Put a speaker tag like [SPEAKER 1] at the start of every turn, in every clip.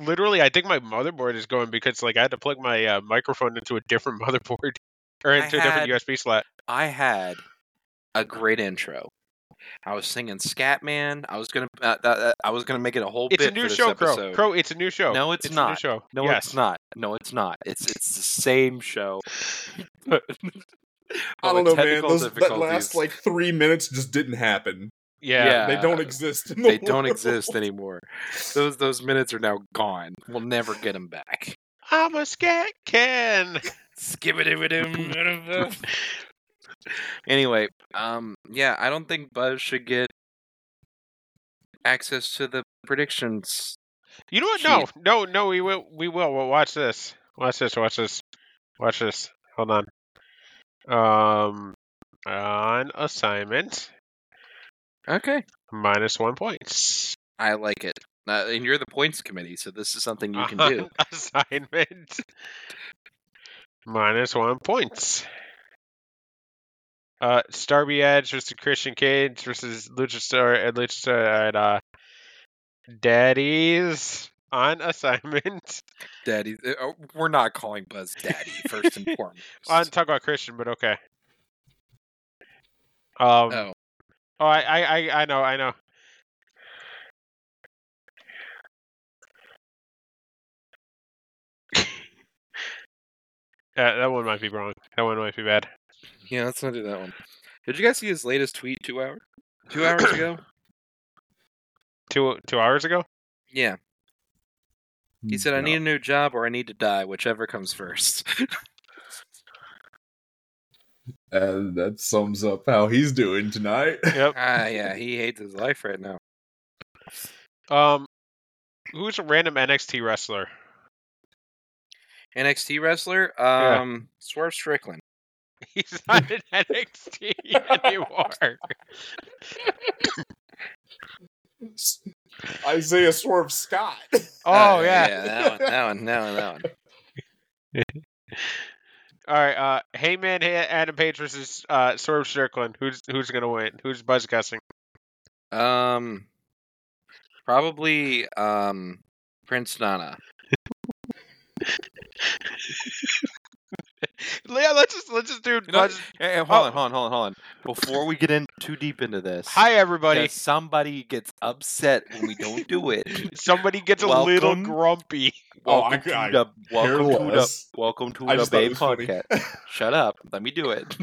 [SPEAKER 1] literally, I think my motherboard is going because like I had to plug my uh, microphone into a different motherboard or into a
[SPEAKER 2] had-
[SPEAKER 1] different USB slot.
[SPEAKER 2] I had a great intro. I was singing Scatman. I was gonna uh, uh, uh, I was gonna make it a whole
[SPEAKER 1] It's a
[SPEAKER 2] bit for
[SPEAKER 1] new
[SPEAKER 2] this
[SPEAKER 1] show, Crow.
[SPEAKER 2] episode.
[SPEAKER 1] Crow, it's a new show.
[SPEAKER 2] No, it's
[SPEAKER 1] it's A new
[SPEAKER 2] not.
[SPEAKER 1] show.
[SPEAKER 2] No,
[SPEAKER 1] yes.
[SPEAKER 2] it's not. No, it's not. It's it's the same show.
[SPEAKER 3] I don't know, man.
[SPEAKER 2] Technical
[SPEAKER 3] Those, that last
[SPEAKER 2] difficulties.
[SPEAKER 3] like three minutes just didn't happen.
[SPEAKER 1] Yeah.
[SPEAKER 2] Yeah.
[SPEAKER 3] they don't exist. In the
[SPEAKER 2] they don't
[SPEAKER 3] world.
[SPEAKER 2] exist anymore. Those those minutes are now gone. We'll never get them back.
[SPEAKER 1] I'm a scat can.
[SPEAKER 2] Skip it with him. anyway, um, yeah, I don't think Buzz should get access to the predictions.
[SPEAKER 1] You know what? No,
[SPEAKER 2] Cheat.
[SPEAKER 1] no, no. We will. We will. Well, watch this. Watch this. Watch this. Watch this. Hold on. Um, on assignment,
[SPEAKER 2] Okay,
[SPEAKER 1] minus one points.
[SPEAKER 2] I like it. Uh, and you're the points committee, so this is something you can do.
[SPEAKER 1] On assignment, minus one points. Uh, Starby Edge versus Christian Cage versus Luchasaur and Luchasaur and uh, Daddies on assignment.
[SPEAKER 2] Daddy, uh, oh, we're not calling Buzz Daddy first and foremost.
[SPEAKER 1] I didn't talk about Christian, but okay. Um.
[SPEAKER 2] oh,
[SPEAKER 1] Oh, I, I, I, I know, I know. Uh, that one might be wrong. That one might be bad.
[SPEAKER 2] yeah, let's not do that one. Did you guys see his latest tweet two hour, two hours ago?
[SPEAKER 1] Two two hours ago.
[SPEAKER 2] Yeah,
[SPEAKER 3] Mm,
[SPEAKER 2] he said, "I need a new job or I need to die, whichever comes first.
[SPEAKER 3] And that sums up how he's doing tonight.
[SPEAKER 1] Yep.
[SPEAKER 2] ah, yeah, he hates his life right now.
[SPEAKER 1] Um, who's a random NXT wrestler?
[SPEAKER 2] NXT wrestler,
[SPEAKER 1] Yeah.
[SPEAKER 2] um, Swerve Strickland.
[SPEAKER 1] He's not in NXT
[SPEAKER 2] Oh,
[SPEAKER 1] anymore.
[SPEAKER 3] Isaiah Swerve Scott.
[SPEAKER 1] Oh
[SPEAKER 2] Uh,
[SPEAKER 1] yeah.
[SPEAKER 2] yeah, that one, that one, that one, that one.
[SPEAKER 1] All right. Uh, Heyman, Hey- Adam Page versus uh Swerve Strickland. Who's who's gonna win? Who's buzz guessing?
[SPEAKER 2] Um, probably um, Prince Nana.
[SPEAKER 1] Yeah, let's just let's just do.
[SPEAKER 2] You know-
[SPEAKER 1] buzz-
[SPEAKER 2] Hey, hey, hold
[SPEAKER 1] Oh.
[SPEAKER 2] on, hold on, hold on, hold on. Before we get in too deep into this,
[SPEAKER 1] Hi everybody.
[SPEAKER 2] 'cause somebody gets upset when we don't do it.
[SPEAKER 1] Somebody gets a little
[SPEAKER 2] Welcome.
[SPEAKER 1] grumpy.
[SPEAKER 3] Oh, I
[SPEAKER 2] Welcome
[SPEAKER 3] c- I
[SPEAKER 2] to the welcome to the
[SPEAKER 3] less.
[SPEAKER 2] welcome to
[SPEAKER 3] I
[SPEAKER 2] the
[SPEAKER 3] just thought
[SPEAKER 2] Bay
[SPEAKER 3] it was funny.
[SPEAKER 2] podcast. Shut up. Let me do it.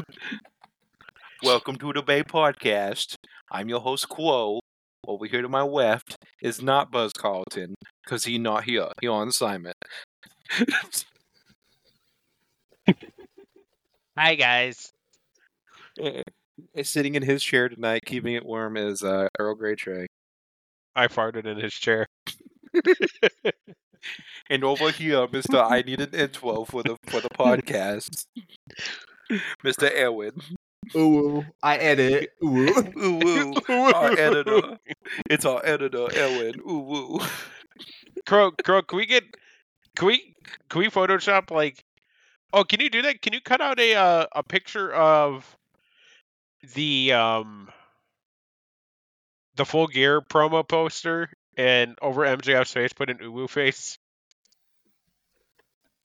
[SPEAKER 2] welcome to the Bay podcast. I'm your host Quo. Over here to my left is not Buzz Carlton because he not here. He on assignment.
[SPEAKER 1] Hi guys.
[SPEAKER 2] Sitting in his chair tonight, keeping it warm, is uh, Earl Grey Trey.
[SPEAKER 1] I farted in his chair.
[SPEAKER 2] And over here, Mr. I need an intro for the for the podcast. Mr. Erwin.
[SPEAKER 3] Ooh, I edit. Ooh.
[SPEAKER 2] Ooh woo. Our editor. It's our editor, Erwin. Ooh woo.
[SPEAKER 1] Crow, Crow, can we get can we can we Photoshop like Oh, can you do that? Can you cut out a uh, a picture of the um the full gear promo poster and over MJF's face put an uwu face?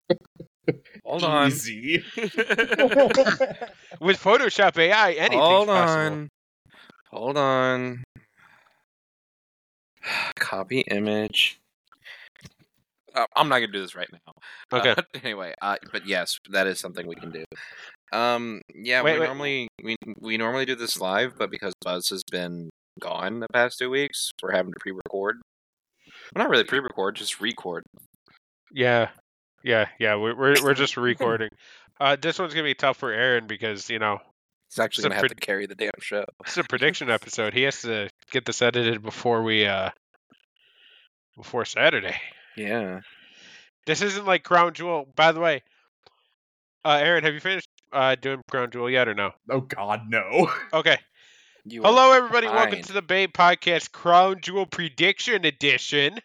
[SPEAKER 2] Hold on.
[SPEAKER 3] Easy.
[SPEAKER 1] With Photoshop AI, anything's
[SPEAKER 2] Hold
[SPEAKER 1] possible.
[SPEAKER 2] on. Hold on. Copy image. Uh, I'm not gonna do this right now.
[SPEAKER 1] Okay.
[SPEAKER 2] Uh, anyway, uh, but yes, that is something we can do. Um. Yeah.
[SPEAKER 1] Wait,
[SPEAKER 2] we
[SPEAKER 1] wait.
[SPEAKER 2] normally we we normally do this live, but because Buzz has been gone the past two weeks, we're having to pre-record. Well, not really pre-record, just record.
[SPEAKER 1] Yeah, yeah, yeah. We're we're, we're just recording. Uh, this one's gonna be tough for Aaron because you know
[SPEAKER 2] He's actually
[SPEAKER 1] So
[SPEAKER 2] gonna
[SPEAKER 1] pre-
[SPEAKER 2] have to carry the damn show.
[SPEAKER 1] it's a prediction episode. He has to get this edited before we uh before Saturday.
[SPEAKER 2] Yeah.
[SPEAKER 1] This isn't like Crown Jewel. By the way, uh, Aaron, have you finished uh doing Crown Jewel yet or no?
[SPEAKER 3] Oh God, no.
[SPEAKER 1] Okay.
[SPEAKER 2] You are
[SPEAKER 1] Hello, everybody. Welcome
[SPEAKER 2] fine.
[SPEAKER 1] to the Bay Podcast Crown Jewel Prediction Edition.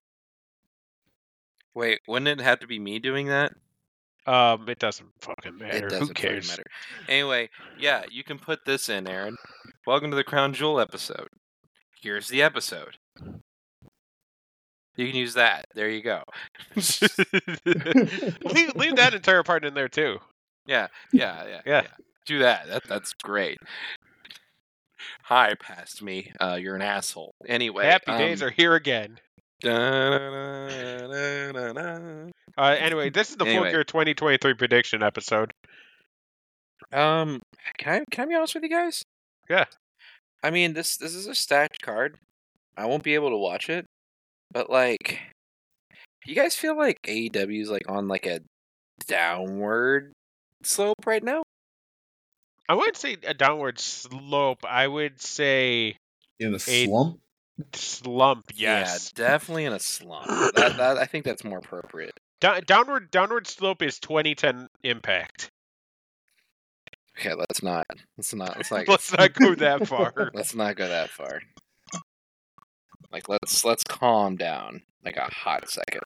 [SPEAKER 2] Wait, wouldn't it have to be me doing that?
[SPEAKER 1] Um, it doesn't fucking matter.
[SPEAKER 2] It doesn't
[SPEAKER 1] Who
[SPEAKER 2] fucking
[SPEAKER 1] cares?
[SPEAKER 2] matter. Anyway, yeah, you can put this in, Aaron. Welcome to the Crown Jewel episode. Here's the episode. You can use that. There you go.
[SPEAKER 1] leave, leave that entire part in there too.
[SPEAKER 2] Yeah, yeah,
[SPEAKER 1] Yeah.
[SPEAKER 2] Do that. that that's great. Hi, past me. Uh, you're an asshole. Anyway, um,
[SPEAKER 1] Happy days are here again.
[SPEAKER 2] are.
[SPEAKER 1] Uh, anyway, this is the full
[SPEAKER 2] Anyway.
[SPEAKER 1] year 2023 prediction episode.
[SPEAKER 2] Um, can I can I be honest with you guys?
[SPEAKER 1] Yeah.
[SPEAKER 2] I mean this this is a stacked card. I won't be able to watch it, but like, you guys feel like AEW is like on like a downward slope right now?
[SPEAKER 1] I wouldn't say a downward slope. I would say
[SPEAKER 3] in a
[SPEAKER 1] Eight.
[SPEAKER 3] slump.
[SPEAKER 1] slump. Yes.
[SPEAKER 2] Yeah, definitely in a slump. that, that I think that's more appropriate.
[SPEAKER 1] Down downward downward slope is 2010 impact.
[SPEAKER 2] Okay, let's not. Let's not. Let's not.
[SPEAKER 1] Let's not go that far.
[SPEAKER 2] let's not go that far. Like let's let's calm down. Like a hot second.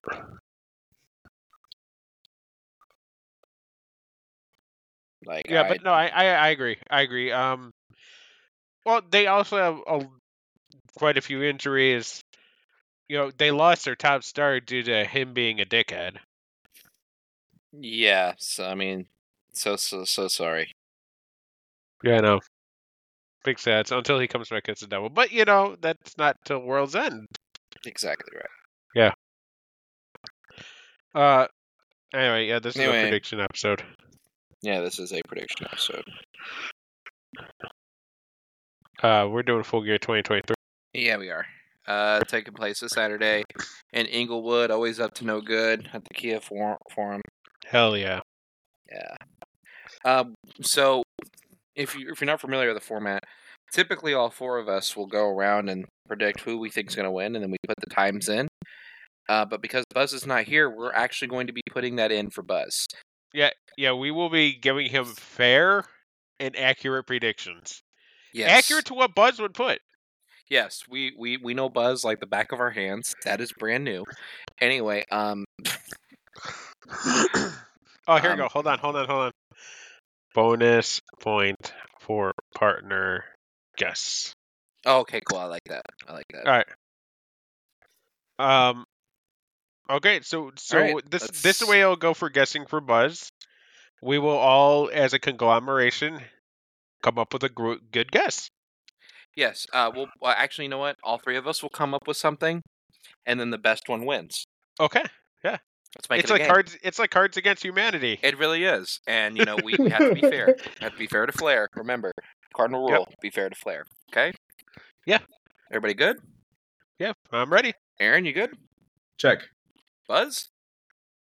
[SPEAKER 2] Like
[SPEAKER 1] yeah,
[SPEAKER 2] I-
[SPEAKER 1] but no, I, I I agree. I agree. Um, well, they also have a, quite a few injuries. You know, they lost their top star due to him being a dickhead.
[SPEAKER 2] yeah. So I mean, so so so sorry.
[SPEAKER 1] Yeah, I know. Big stats until he comes back as a devil. But you know, that's not till world's end.
[SPEAKER 2] Exactly right.
[SPEAKER 1] Uh, anyway, yeah, this is
[SPEAKER 2] Anyway.
[SPEAKER 1] a prediction episode.
[SPEAKER 2] Yeah, this is a prediction episode.
[SPEAKER 1] Uh, we're doing full gear 2023.
[SPEAKER 2] Yeah, we are. Uh, taking place this Saturday in Inglewood. Always up to no good at the Kia for- Forum.
[SPEAKER 1] Hell yeah.
[SPEAKER 2] Yeah. Um, so, if you if you're not familiar with the format, typically all four of us will go around and predict who we think's going to win, and then we put the times in. Uh, but because Buzz is not here, we're actually going to be putting that in for Buzz.
[SPEAKER 1] Yeah, we will be giving him fair and accurate predictions.
[SPEAKER 2] Yes.
[SPEAKER 1] Accurate to what Buzz would put.
[SPEAKER 2] Yes, we, we we know Buzz like the back of our hands. That is brand new. Anyway, um,
[SPEAKER 1] Oh, here we go.
[SPEAKER 2] Um,
[SPEAKER 1] Hold on, hold on, hold on. Bonus point for partner guess.
[SPEAKER 2] oh, okay, cool. I like that. I like that.
[SPEAKER 1] All right. Um. Okay, so so
[SPEAKER 2] right,
[SPEAKER 1] this this
[SPEAKER 2] let's-
[SPEAKER 1] way it'll go for guessing for Buzz. We will all, as a conglomeration, come up with a gro- good guess.
[SPEAKER 2] Yes. Uh, we'll well, actually, you know what? All three of us will come up with something, and then the best one wins.
[SPEAKER 1] Okay,
[SPEAKER 2] Let's make
[SPEAKER 1] it's
[SPEAKER 2] it a
[SPEAKER 1] like
[SPEAKER 2] game.
[SPEAKER 1] cards. It's like Cards Against Humanity.
[SPEAKER 2] It really is, and you know we we have to be fair. We have to be fair to Flair. Remember, cardinal
[SPEAKER 1] Yep.
[SPEAKER 2] rule: be fair to Flair. Okay.
[SPEAKER 1] Yeah.
[SPEAKER 2] Everybody good?
[SPEAKER 1] yeah, I'm ready.
[SPEAKER 2] Aaron, you good?
[SPEAKER 3] Check.
[SPEAKER 2] Buzz?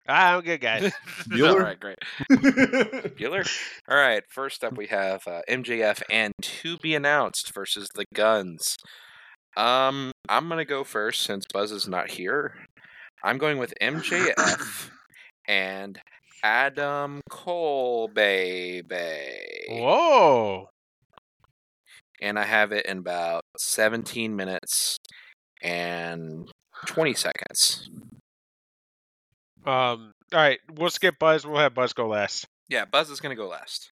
[SPEAKER 1] I'm good, guys.
[SPEAKER 2] All
[SPEAKER 3] Bueller?
[SPEAKER 2] right, great. Bueller. All right. First up, we have uh, MJF and to be announced versus the Guns. Um, I'm gonna go first since Buzz is not here. I'm going with MJF and Adam Cole, baby.
[SPEAKER 1] Whoa!
[SPEAKER 2] and I have it in about 17 minutes and 20 seconds.
[SPEAKER 1] Um. All right, we'll skip Buzz. We'll have Buzz go last.
[SPEAKER 2] Yeah, Buzz is gonna go last.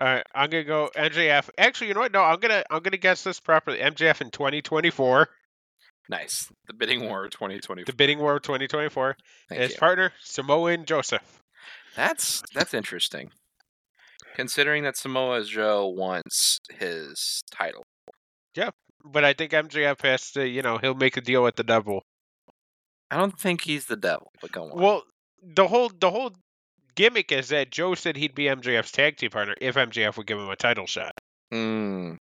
[SPEAKER 1] All right, I'm gonna go MJF. Actually, you know what? No, I'm gonna I'm gonna guess this properly. MJF in 2024,
[SPEAKER 2] Nice. The bidding war of 2020.
[SPEAKER 1] the bidding war of 2024.
[SPEAKER 2] Thank
[SPEAKER 1] his
[SPEAKER 2] you.
[SPEAKER 1] partner Samoan Joseph.
[SPEAKER 2] That's that's interesting. Considering that Samoa Joe wants his title.
[SPEAKER 1] But I think MJF has to, you know, he'll make a deal with the devil.
[SPEAKER 2] I don't think he's the devil, but go on.
[SPEAKER 1] Well, the whole the whole gimmick is that Joe said he'd be MJF's tag team partner if MJF would give him a title shot.
[SPEAKER 2] Hmm.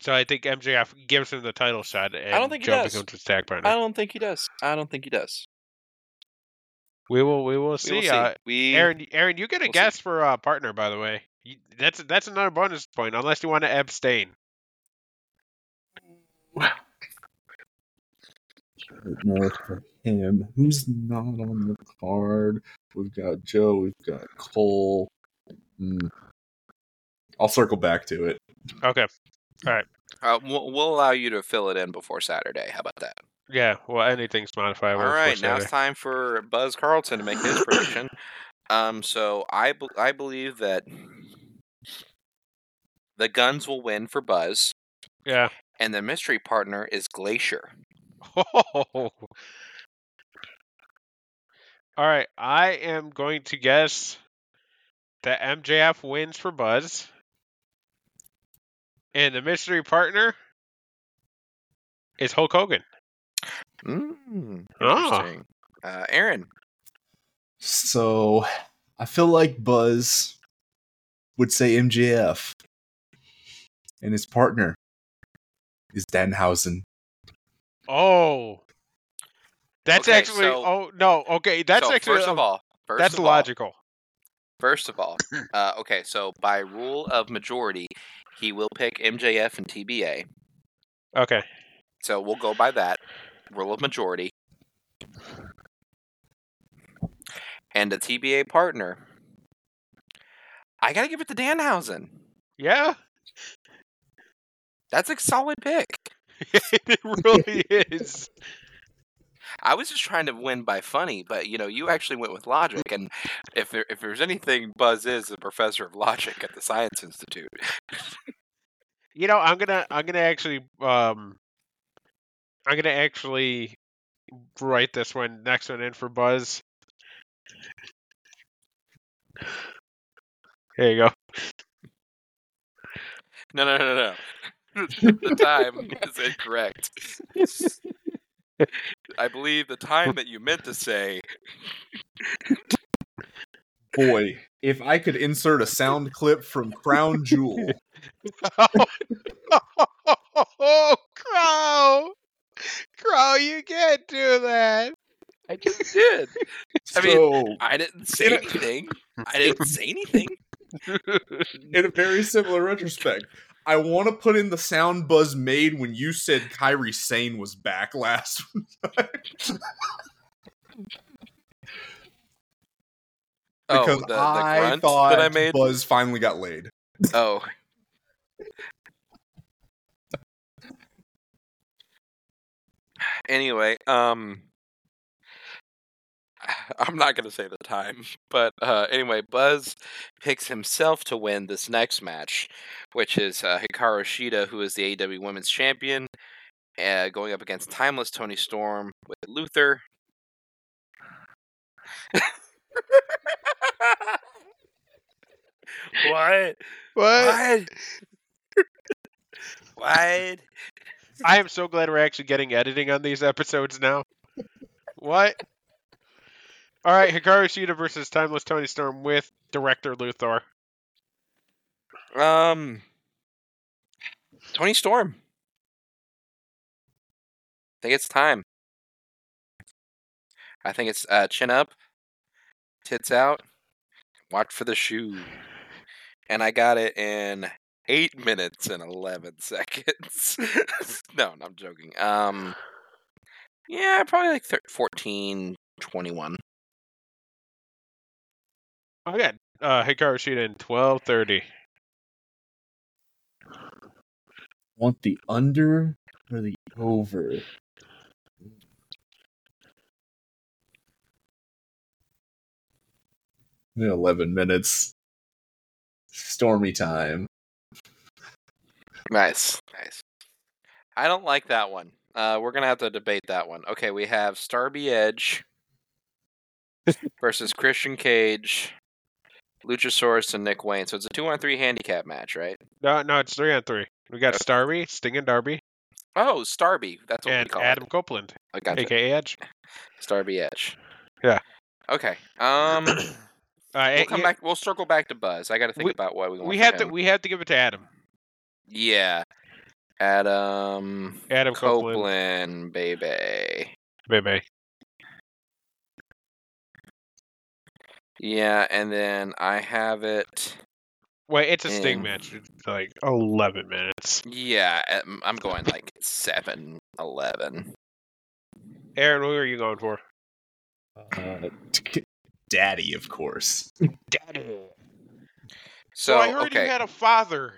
[SPEAKER 1] So I think MJF gives him the title shot, and
[SPEAKER 2] think he
[SPEAKER 1] Joe
[SPEAKER 2] does.
[SPEAKER 1] becomes his tag partner.
[SPEAKER 2] I don't think he does. I don't think he does.
[SPEAKER 1] We will we will see.
[SPEAKER 2] We will see.
[SPEAKER 1] Uh,
[SPEAKER 2] we...
[SPEAKER 1] Aaron, Aaron, you get a
[SPEAKER 2] We'll see.
[SPEAKER 1] guess for uh, partner, by the way. You, that's that's another bonus point, unless you want to abstain.
[SPEAKER 3] More for him. Who's not on the card? We've got Joe. We've got Cole. Hmm. I'll circle back to it.
[SPEAKER 1] Okay.
[SPEAKER 2] Uh, we'll, we'll allow you to fill it in before Saturday. How about that?
[SPEAKER 1] Yeah. Well, anything's modifiable.
[SPEAKER 2] All
[SPEAKER 1] for
[SPEAKER 2] right, now
[SPEAKER 1] Saturday.
[SPEAKER 2] it's time for Buzz Carlton to make his prediction. Um, so I bel I believe that the guns will win for Buzz,
[SPEAKER 1] yeah.
[SPEAKER 2] and the mystery partner is Glacier.
[SPEAKER 1] Oh, All right, I am going to guess that MJF wins for Buzz, and the mystery partner is Hulk Hogan.
[SPEAKER 2] Mm,
[SPEAKER 1] Ah.
[SPEAKER 2] interesting. Uh, Aaron.
[SPEAKER 3] So I feel like Buzz would say MJF, and his partner is Danhausen.
[SPEAKER 1] Oh, that's
[SPEAKER 2] Okay,
[SPEAKER 1] actually.
[SPEAKER 2] so-
[SPEAKER 1] oh no, okay, that's
[SPEAKER 2] so
[SPEAKER 1] actually.
[SPEAKER 2] first of
[SPEAKER 1] a-
[SPEAKER 2] all, first
[SPEAKER 1] that's
[SPEAKER 2] of all-
[SPEAKER 1] logical.
[SPEAKER 2] First of all, uh, okay, so by rule of majority, he will pick MJF and TBA.
[SPEAKER 1] Okay.
[SPEAKER 2] So we'll go by that rule of majority. And a TBA partner. I gotta give it to Danhausen.
[SPEAKER 1] Yeah,
[SPEAKER 2] That's a solid pick.
[SPEAKER 1] it really is.
[SPEAKER 2] I was just trying to win by funny, but you know, you actually went with logic. And if there, if there's anything, Buzz is a professor of logic at the Science Institute.
[SPEAKER 1] You know, I'm gonna, I'm gonna actually, um, I'm gonna actually write this one, next one in for Buzz. There you go.
[SPEAKER 2] No, no, no, no, no. the time is incorrect. I believe the time that you meant to say.
[SPEAKER 3] Boy, if I could insert a sound clip from Crown Jewel,
[SPEAKER 1] Oh, Crow! Crow, you can't do that.
[SPEAKER 2] I just did. I mean,
[SPEAKER 3] so
[SPEAKER 2] I didn't say
[SPEAKER 3] In a-
[SPEAKER 2] anything. I didn't say anything.
[SPEAKER 3] in a very similar retrospect. I want to put in the sound Buzz made when you said Kyrie Sane was back last.
[SPEAKER 2] oh,
[SPEAKER 3] because
[SPEAKER 2] Oh, the, the
[SPEAKER 3] I
[SPEAKER 2] grunt
[SPEAKER 3] thought
[SPEAKER 2] that I made.
[SPEAKER 3] Buzz finally got laid.
[SPEAKER 2] Oh. Anyway, um I'm not going to say the time, but uh anyway, Buzz picks himself to win this next match, which is uh, Hikaru Shida who is the AEW Women's Champion, uh, going up against Timeless Tony Storm with Luther. what?
[SPEAKER 1] What?
[SPEAKER 2] What? what?
[SPEAKER 1] I am so glad we're actually getting editing on these episodes now. What? All right, Hikaru Shida versus Timeless Tony Storm with director Luthor.
[SPEAKER 2] Um, Tony Storm. I think it's time. I think it's uh, chin up, tits out, watch for the shoe. And I got it in eight minutes and eleven seconds. no, no, I'm joking. Um, yeah, probably like thir- 14, 21.
[SPEAKER 1] I got uh, Hikaru Shida in twelve thirty.
[SPEAKER 3] Want the under or the over? In 11 minutes. Stormy time.
[SPEAKER 2] Nice, nice. I don't like that one. Uh, we're gonna have to debate that one. Okay, we have Starby Edge versus Christian Cage, Luchasaurus, and Nick Wayne. So it's a two-on-three handicap match, right?
[SPEAKER 1] No, no, it's three on three. We got Starby, Sting and Darby,
[SPEAKER 2] Oh, Starby. That's what we
[SPEAKER 1] and
[SPEAKER 2] call
[SPEAKER 1] Adam
[SPEAKER 2] it.
[SPEAKER 1] Copeland,
[SPEAKER 2] I got it.
[SPEAKER 1] aka Edge. Uh,
[SPEAKER 2] Starby Edge.
[SPEAKER 1] Yeah.
[SPEAKER 2] Okay. Um,
[SPEAKER 1] Uh,
[SPEAKER 2] we'll
[SPEAKER 1] eh,
[SPEAKER 2] come
[SPEAKER 1] yeah,
[SPEAKER 2] back. We'll circle back to Buzz. I got to think
[SPEAKER 1] We-
[SPEAKER 2] about what we want.
[SPEAKER 1] we
[SPEAKER 2] for
[SPEAKER 1] have to
[SPEAKER 2] him.
[SPEAKER 1] we have to give it to Adam.
[SPEAKER 2] Yeah. Adam.
[SPEAKER 1] Adam Copeland,
[SPEAKER 2] Copeland, baby.
[SPEAKER 1] baby.
[SPEAKER 2] Yeah, and then I have it.
[SPEAKER 1] Wait, it's a Sting
[SPEAKER 2] And-
[SPEAKER 1] match. It's like eleven minutes.
[SPEAKER 2] Yeah, um, I'm going like 7 11.
[SPEAKER 1] Aaron, who are you going for?
[SPEAKER 3] Uh, t- daddy, of course.
[SPEAKER 1] Daddy.
[SPEAKER 2] So,
[SPEAKER 1] Oh, I heard
[SPEAKER 2] okay.
[SPEAKER 1] you had a father.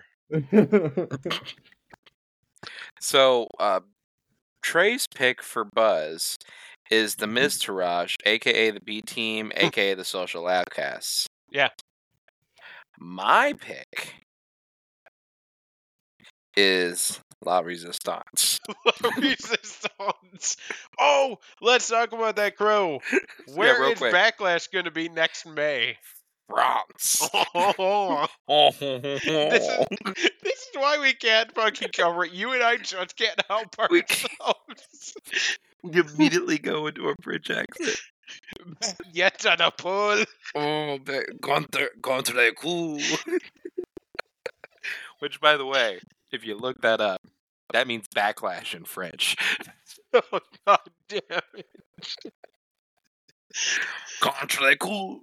[SPEAKER 2] So, uh, Trey's pick for Buzz is the Miz Taraj, aka the B Team, aka the Social Outcasts.
[SPEAKER 1] Yeah.
[SPEAKER 2] My pick is La Resistance.
[SPEAKER 1] Resistance. Oh, let's talk about that crow. Where is
[SPEAKER 2] real quick.
[SPEAKER 1] Backlash going to be next May?
[SPEAKER 2] France.
[SPEAKER 1] Oh,
[SPEAKER 2] this
[SPEAKER 1] is- this is why we can't fucking cover it. You and I just can't help
[SPEAKER 2] We-
[SPEAKER 1] ourselves.
[SPEAKER 2] You immediately go into a bridge accent.
[SPEAKER 1] Yet on a pull.
[SPEAKER 2] Oh, contre, contre coup. Which, by the way, if you look that up, that means backlash in French.
[SPEAKER 1] Oh, God damn it.
[SPEAKER 2] Contre coup.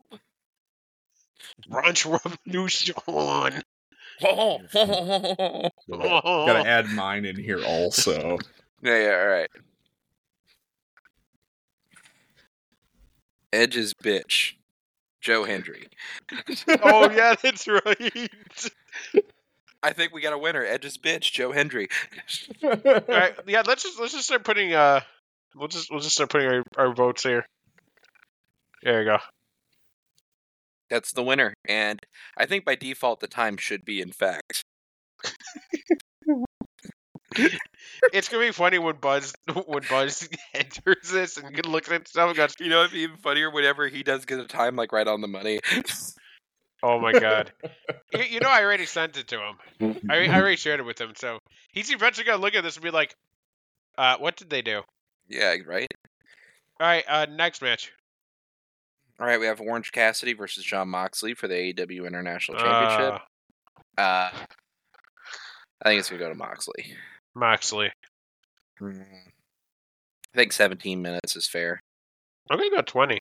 [SPEAKER 1] French Revolution.
[SPEAKER 2] yeah,
[SPEAKER 1] Oh.
[SPEAKER 3] Gotta add mine in here also.
[SPEAKER 2] yeah, all right. Edge's bitch, Joe Hendry.
[SPEAKER 1] oh, yeah, that's right.
[SPEAKER 2] I think we got a winner. Edge's bitch, Joe Hendry.
[SPEAKER 1] All right, yeah. Let's just let's just start putting uh, we'll just we'll just start putting our, our votes here. There you go.
[SPEAKER 2] That's the winner, and I think by default the time should be in fact.
[SPEAKER 1] It's gonna be funny when Buzz when Buzz enters this and good looking at stuff and goes,
[SPEAKER 2] You know, it'd be even funnier whenever he does get a time like right on the money.
[SPEAKER 1] "Oh my god!" you, you know, I already sent it to him. I,
[SPEAKER 2] Mm-hmm.
[SPEAKER 1] I already shared it with him, so he's eventually gonna look at this and be like, "Uh, what did they do?" All
[SPEAKER 2] yeah, right.
[SPEAKER 1] right, uh, next match.
[SPEAKER 2] All right, we have Orange Cassidy versus John Moxley for the AEW International Championship.
[SPEAKER 1] Uh,
[SPEAKER 2] Uh, I think it's gonna go to Moxley.
[SPEAKER 1] Moxley.
[SPEAKER 2] I think 17 minutes is fair.
[SPEAKER 1] I'm gonna go twenty.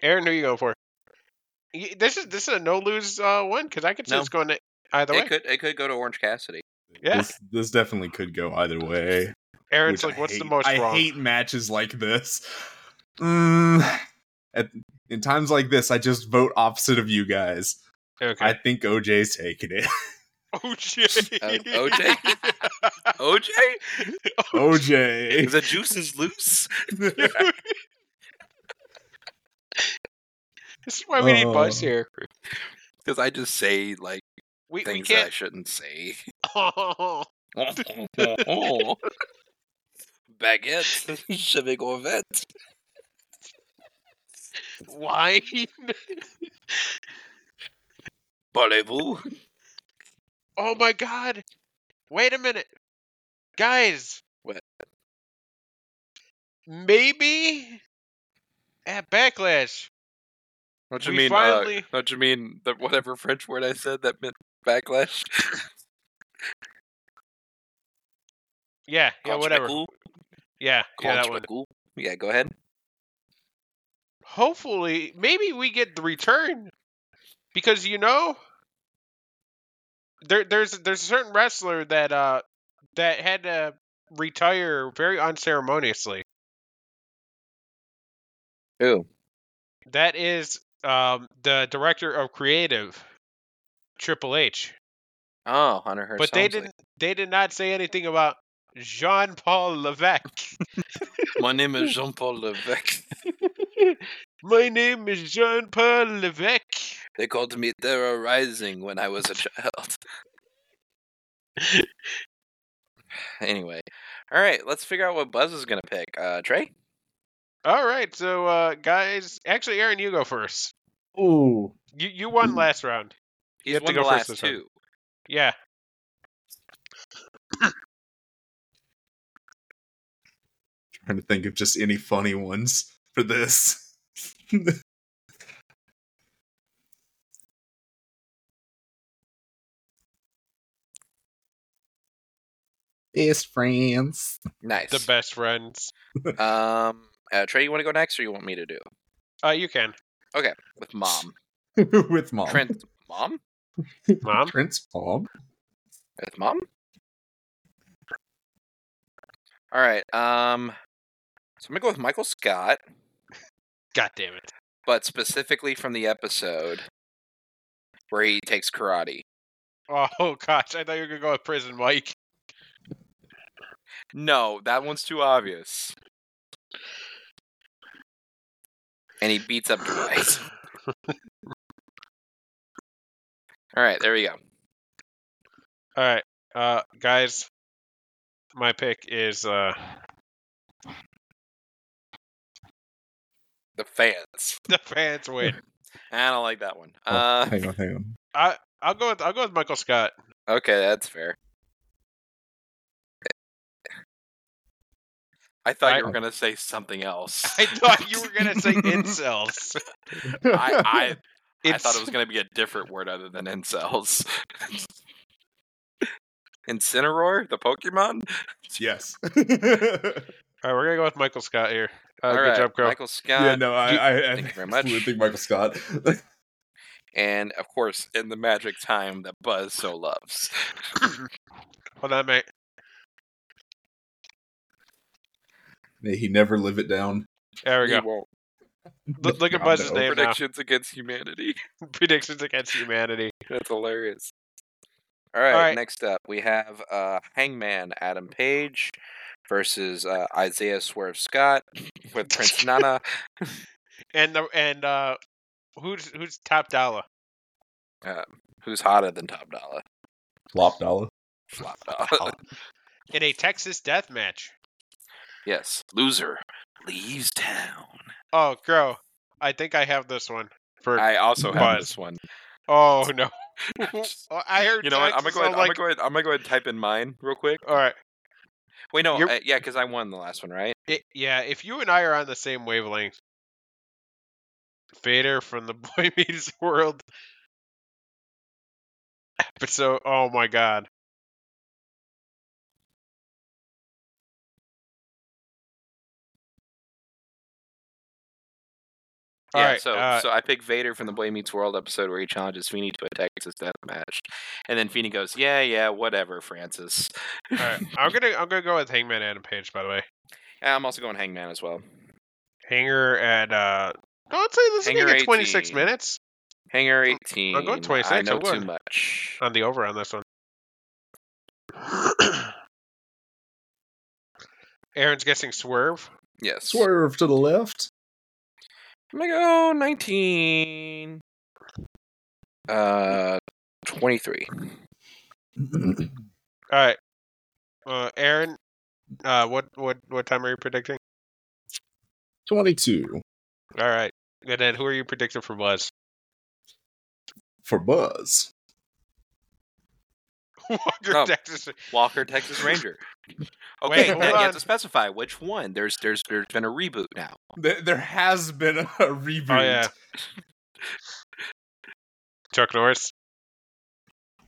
[SPEAKER 1] Aaron, who you going for? Y- This is this is a no lose uh, one because I could see
[SPEAKER 2] No.
[SPEAKER 1] this going to either way.
[SPEAKER 2] It could it could go to Orange Cassidy.
[SPEAKER 1] Yeah.
[SPEAKER 3] This, this definitely could go either way.
[SPEAKER 1] Aaron's
[SPEAKER 3] which
[SPEAKER 1] like,
[SPEAKER 3] I
[SPEAKER 1] what's the
[SPEAKER 3] hate.
[SPEAKER 1] most
[SPEAKER 3] I
[SPEAKER 1] wrong?
[SPEAKER 3] hate matches like this. Mm, at, in times like this, I just vote opposite of you guys.
[SPEAKER 1] Okay. Oh,
[SPEAKER 3] I think OJ's taking it.
[SPEAKER 1] OJ.
[SPEAKER 2] O- OJ? OJ,
[SPEAKER 1] Oh,
[SPEAKER 3] OJ.
[SPEAKER 2] the juice is loose.
[SPEAKER 1] this is why we need Buzz
[SPEAKER 3] Oh.
[SPEAKER 1] here.
[SPEAKER 2] Because I just say like
[SPEAKER 1] We, we
[SPEAKER 2] things that I
[SPEAKER 1] can't.
[SPEAKER 2] shouldn't say.
[SPEAKER 1] Oh,
[SPEAKER 2] Baguette, chevet corvette.
[SPEAKER 1] wine.
[SPEAKER 2] Parlez-vous?
[SPEAKER 1] Oh my god. Wait a minute. Guys.
[SPEAKER 2] What?
[SPEAKER 1] Maybe at Backlash.
[SPEAKER 2] Don't you
[SPEAKER 1] We
[SPEAKER 2] mean?
[SPEAKER 1] finally-
[SPEAKER 2] Uh, don't you mean the whatever French word I said that meant backlash?
[SPEAKER 1] Yeah, yeah, whatever.
[SPEAKER 2] Contre-coup?
[SPEAKER 1] Yeah, yeah, that one.
[SPEAKER 2] Contre-coup? Yeah, go ahead.
[SPEAKER 1] hopefully, maybe we get the return because you know there there's there's a certain wrestler that uh that had to retire very unceremoniously.
[SPEAKER 2] Who?
[SPEAKER 1] That is um the director of creative Triple H.
[SPEAKER 2] Oh, Hunter Hearst.
[SPEAKER 1] But they
[SPEAKER 2] Helmsley.
[SPEAKER 1] didn't they did not say anything about Jean Paul Levesque.
[SPEAKER 2] My name is Jean Paul Levesque.
[SPEAKER 1] My name is Jean Paul Levesque.
[SPEAKER 2] They called me terrorizing when I was a child. anyway, all right, let's figure out what Buzz is gonna pick. Uh, Trey.
[SPEAKER 1] All right, so uh guys, actually Aaron you go first.
[SPEAKER 3] Ooh.
[SPEAKER 1] You you
[SPEAKER 2] Hmm.
[SPEAKER 1] won last round.
[SPEAKER 2] He's
[SPEAKER 1] have to
[SPEAKER 2] won
[SPEAKER 1] go
[SPEAKER 2] the
[SPEAKER 1] first this
[SPEAKER 2] last
[SPEAKER 1] time.
[SPEAKER 2] two.
[SPEAKER 1] Yeah.
[SPEAKER 3] Trying to think of just any funny ones for this. Best friends.
[SPEAKER 2] Nice.
[SPEAKER 1] The best friends.
[SPEAKER 2] Um, uh, Trey, you want to go next, or you want me to do it?
[SPEAKER 1] Uh you can.
[SPEAKER 2] with mom?
[SPEAKER 3] With mom.
[SPEAKER 2] Trent, mom Hmm.
[SPEAKER 1] Mom.
[SPEAKER 3] Trent's mom.
[SPEAKER 2] with mom. All right. Um, so I'm gonna go with Michael Scott,
[SPEAKER 1] God damn it.
[SPEAKER 2] but specifically from the episode where he takes karate.
[SPEAKER 1] Oh, gosh, I thought you were gonna go with prison, Mike.
[SPEAKER 2] No, that one's too obvious. And he beats up Dwight. All right, there we go.
[SPEAKER 1] Alright. Uh guys, my pick is uh
[SPEAKER 2] The fans.
[SPEAKER 1] the fans win.
[SPEAKER 2] I don't like that one.
[SPEAKER 3] Oh,
[SPEAKER 2] Uh,
[SPEAKER 3] hang on, hang on.
[SPEAKER 1] I I'll go with I'll go with Michael Scott.
[SPEAKER 2] okay, that's fair. I thought you
[SPEAKER 1] I-
[SPEAKER 2] were gonna say something else.
[SPEAKER 1] I thought you were gonna say incels.
[SPEAKER 2] I, I, I
[SPEAKER 1] It's-
[SPEAKER 2] thought it was going to be a different word other than incels. Incineroar, the Pokemon.
[SPEAKER 3] yes.
[SPEAKER 1] All right, we're gonna go with Michael Scott here. Uh,
[SPEAKER 2] All
[SPEAKER 1] good
[SPEAKER 2] right,
[SPEAKER 1] job, Crow.
[SPEAKER 2] Michael Scott,
[SPEAKER 3] yeah, no, I,
[SPEAKER 1] you-
[SPEAKER 3] I, I
[SPEAKER 2] thank you very much.
[SPEAKER 3] would think Michael Scott.
[SPEAKER 2] and of course, in the magic time that Buzz so loves.
[SPEAKER 1] Hold on, mate.
[SPEAKER 3] May he never live it down.
[SPEAKER 1] There we
[SPEAKER 2] He
[SPEAKER 1] go.
[SPEAKER 2] won't.
[SPEAKER 1] Look- look at Buzz's
[SPEAKER 3] I know.
[SPEAKER 1] name. Damn, no.
[SPEAKER 2] Predictions against humanity.
[SPEAKER 1] Predictions against humanity.
[SPEAKER 2] That's hilarious. All right,
[SPEAKER 1] All right.
[SPEAKER 2] next up we have uh, Hangman Adam Page versus uh, Isaiah Swerve Scott with Prince Nana.
[SPEAKER 1] And the and uh, who's who's top dollar?
[SPEAKER 2] Who's hotter than Top Dollar?
[SPEAKER 3] Flop dollar.
[SPEAKER 2] Flop
[SPEAKER 1] Oh.
[SPEAKER 2] Dollar.
[SPEAKER 1] In a Texas death match.
[SPEAKER 2] yes, loser leaves town.
[SPEAKER 1] Oh, Crow. I think I have this one. For
[SPEAKER 2] I also have
[SPEAKER 1] But-
[SPEAKER 2] this one.
[SPEAKER 1] oh no, Oh, I heard.
[SPEAKER 2] You know what? I'm gonna
[SPEAKER 1] Texas,
[SPEAKER 2] go ahead.
[SPEAKER 1] like,
[SPEAKER 2] I'm gonna go ahead. I'm gonna go ahead and type in mine real quick.
[SPEAKER 1] All right.
[SPEAKER 2] Wait, no,
[SPEAKER 1] You're-
[SPEAKER 2] uh, yeah, because I won the last one, right?
[SPEAKER 1] It, yeah, if you and I are on the same wavelength, Vader from the Boy Meets World episode. Oh my god. All
[SPEAKER 2] yeah.
[SPEAKER 1] right,
[SPEAKER 2] so,
[SPEAKER 1] uh,
[SPEAKER 2] so I picked Vader from the Boy Meets World episode where he challenges Feeny to a Texas Death Match, and then Feeny goes, "Yeah, yeah, whatever, Francis."
[SPEAKER 1] all right. I'm gonna I'm gonna go with Hangman Adam Page. By the way,
[SPEAKER 2] And I'm also going Hangman as well.
[SPEAKER 1] Hanger at uh. No, I'd say this
[SPEAKER 2] Hanger
[SPEAKER 1] thing at 26
[SPEAKER 2] 18.
[SPEAKER 1] minutes
[SPEAKER 2] Hanger 18.
[SPEAKER 1] I'll go with
[SPEAKER 2] I
[SPEAKER 1] 26, I
[SPEAKER 2] know too
[SPEAKER 1] would.
[SPEAKER 2] much.
[SPEAKER 1] on the over on this one. Aaron's guessing swerve.
[SPEAKER 2] Yes.
[SPEAKER 3] Swerve to the left.
[SPEAKER 2] I'm gonna go 19. Uh, 23.
[SPEAKER 1] All right, uh, Aaron, uh, what what what time are you predicting?
[SPEAKER 3] Twenty-two
[SPEAKER 1] All right, and then who are you predicting for Buzz?
[SPEAKER 3] for Buzz.
[SPEAKER 1] Walker
[SPEAKER 2] Oh.
[SPEAKER 1] Texas.
[SPEAKER 2] Walker, Texas Ranger.
[SPEAKER 1] Wait,
[SPEAKER 2] Okay, now
[SPEAKER 1] hold
[SPEAKER 2] you
[SPEAKER 1] on.
[SPEAKER 2] have to specify which one. There's there's there's been a reboot now.
[SPEAKER 3] There, there has been a reboot.
[SPEAKER 1] Oh yeah, Chuck Norris.